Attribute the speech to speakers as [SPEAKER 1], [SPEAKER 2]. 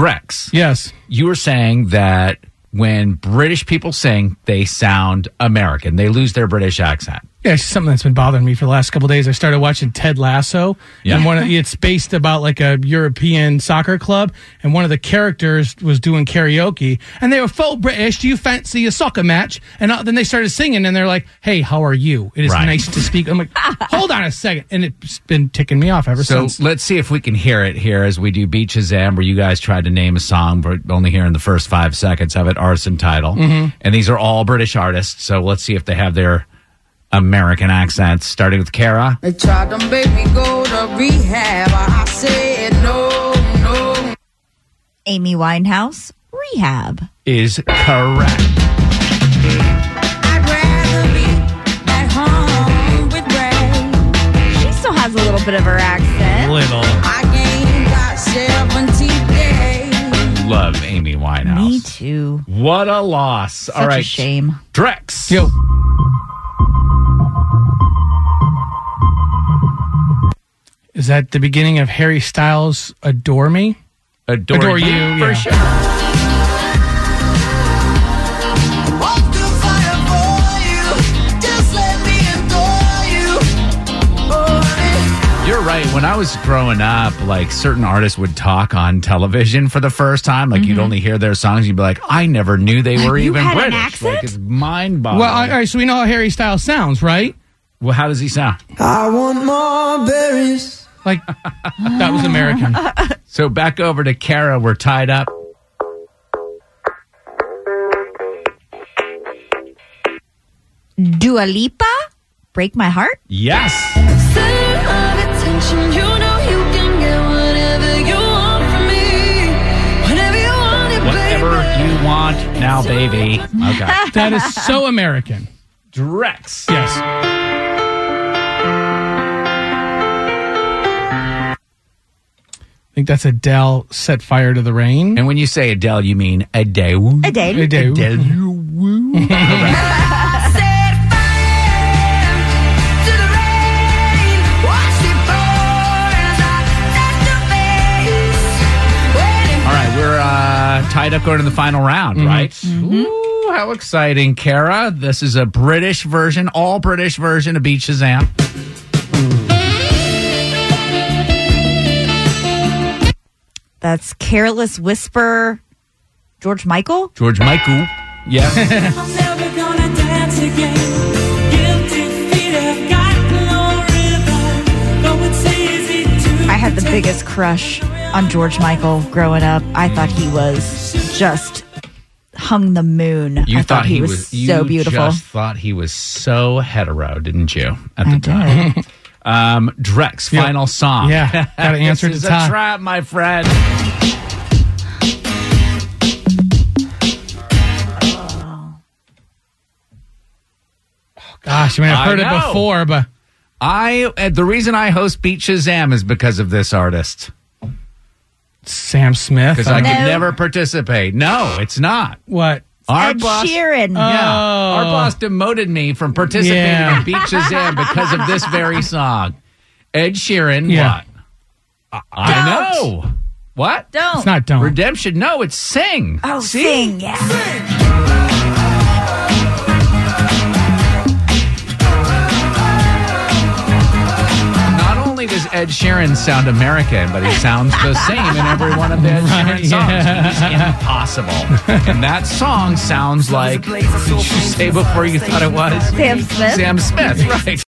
[SPEAKER 1] Drex,
[SPEAKER 2] Yes.
[SPEAKER 1] you were saying that when British people sing, they sound American. They lose their British accent.
[SPEAKER 2] Yeah, it's something that's been bothering me for the last couple of days. I started watching Ted Lasso,
[SPEAKER 1] Yeah.
[SPEAKER 2] and one of, it's based about like a European soccer club, and one of the characters was doing karaoke, and they were full British. Do you fancy a soccer match? And uh, then they started singing, and they're like, "Hey, how are you? It is
[SPEAKER 1] Right.
[SPEAKER 2] nice to speak." I'm like, "Hold on a second. and it's been ticking me off ever
[SPEAKER 1] So
[SPEAKER 2] since.
[SPEAKER 1] let's see if we can hear it here as we do Beach Shazam, where you guys tried to name a song, but only hearing the first five seconds of it, arson title.
[SPEAKER 2] Mm-hmm.
[SPEAKER 1] And these are all British artists. So let's see if they have their American accents, starting with Kara.
[SPEAKER 3] They tried to make me go to rehab. I said no, no.
[SPEAKER 4] Amy Winehouse, Rehab.
[SPEAKER 1] is correct.
[SPEAKER 3] I'd rather be at home with Ray.
[SPEAKER 4] She still has a little bit of her accent.
[SPEAKER 2] Little.
[SPEAKER 3] I gained about 70 days.
[SPEAKER 1] Love Amy Winehouse.
[SPEAKER 4] Me too.
[SPEAKER 1] What a loss.
[SPEAKER 4] Such
[SPEAKER 1] all
[SPEAKER 4] a
[SPEAKER 1] right.
[SPEAKER 4] shame.
[SPEAKER 1] Drex.
[SPEAKER 2] Yo, is that the beginning of Harry Styles' "Adore Me"?
[SPEAKER 1] Adore,
[SPEAKER 2] Adore
[SPEAKER 1] you.
[SPEAKER 2] you,
[SPEAKER 1] For
[SPEAKER 2] yeah.
[SPEAKER 1] sure.
[SPEAKER 3] Walk the fire for you. Just let me adore you. Oh, honey.
[SPEAKER 1] You're right. When I was growing up, like certain artists would talk on television for the first time. Like you'd only hear their songs. You'd be like, I never knew they were
[SPEAKER 4] Mm-hmm. You
[SPEAKER 1] even
[SPEAKER 4] had an
[SPEAKER 1] British.
[SPEAKER 4] accent?
[SPEAKER 1] Like it's mind boggling.
[SPEAKER 2] Well, all right. So we know how Harry Styles sounds, right?
[SPEAKER 1] well, how does he sound?
[SPEAKER 5] I want more berries.
[SPEAKER 2] Like that was American.
[SPEAKER 1] So back over to Kara. We're tied up.
[SPEAKER 4] Dua Lipa, Break My Heart.
[SPEAKER 1] Yes.
[SPEAKER 3] Center of attention, you know you can get whatever you want from me. Whenever you want it,
[SPEAKER 1] Whatever
[SPEAKER 3] baby.
[SPEAKER 1] you want now, baby. Okay.
[SPEAKER 2] That is so American.
[SPEAKER 1] Drex.
[SPEAKER 2] Yes. I think that's Adele set fire to the rain.
[SPEAKER 1] And when you say Adele, you mean Adele.
[SPEAKER 4] Adele.
[SPEAKER 2] Adele.
[SPEAKER 3] Set fire to the rain. Watch it pour as I touch your face. Waiting
[SPEAKER 1] All right, we're uh, tied up going to the final round, right? Ooh, how exciting, Kara. This is a British version, all British version of Beat Shazam.
[SPEAKER 4] That's Careless Whisper, George Michael.
[SPEAKER 1] George Michael. Yes.
[SPEAKER 6] I'm never gonna dance again. Guilty feet have got no rhythm. Though it's easy to
[SPEAKER 4] I had the biggest crush on George Michael growing up. I thought he was just hung the moon. I thought, he, was, so
[SPEAKER 1] you
[SPEAKER 4] beautiful.
[SPEAKER 1] just thought he was so hetero, didn't you? At the
[SPEAKER 4] I
[SPEAKER 1] time.
[SPEAKER 4] did.
[SPEAKER 1] Um, Drex, final song.
[SPEAKER 2] Yeah, gotta answer
[SPEAKER 1] this is
[SPEAKER 2] to
[SPEAKER 1] a
[SPEAKER 2] Todd.
[SPEAKER 1] trap, my friend.
[SPEAKER 2] Gosh, I mean, I've heard
[SPEAKER 1] I
[SPEAKER 2] it
[SPEAKER 1] know.
[SPEAKER 2] before, but
[SPEAKER 1] I uh, the reason I host Beat Shazam is because of this artist
[SPEAKER 2] Sam Smith.
[SPEAKER 1] because I
[SPEAKER 2] uh,
[SPEAKER 1] could
[SPEAKER 4] No.
[SPEAKER 1] never participate. No, it's not.
[SPEAKER 2] what?
[SPEAKER 1] Our
[SPEAKER 4] Ed
[SPEAKER 1] boss-
[SPEAKER 4] Sheeran.
[SPEAKER 1] Yeah.
[SPEAKER 2] Oh.
[SPEAKER 1] Our boss demoted me from participating
[SPEAKER 2] Yeah.
[SPEAKER 1] in Beat Shazam because of this very song. Ed Sheeran,
[SPEAKER 2] Yeah.
[SPEAKER 1] what? I, I know. What?
[SPEAKER 4] Don't.
[SPEAKER 2] It's not don't.
[SPEAKER 1] Redemption. No, it's sing.
[SPEAKER 4] oh,
[SPEAKER 1] See?
[SPEAKER 4] sing. Yeah.
[SPEAKER 1] Not only does Ed Sheeran sound American, but he sounds the same in every one of the Ed Sheeran songs. He's impossible. and that song sounds like, did you say before you thought it was?
[SPEAKER 4] Sam Smith.
[SPEAKER 1] Sam Smith, right.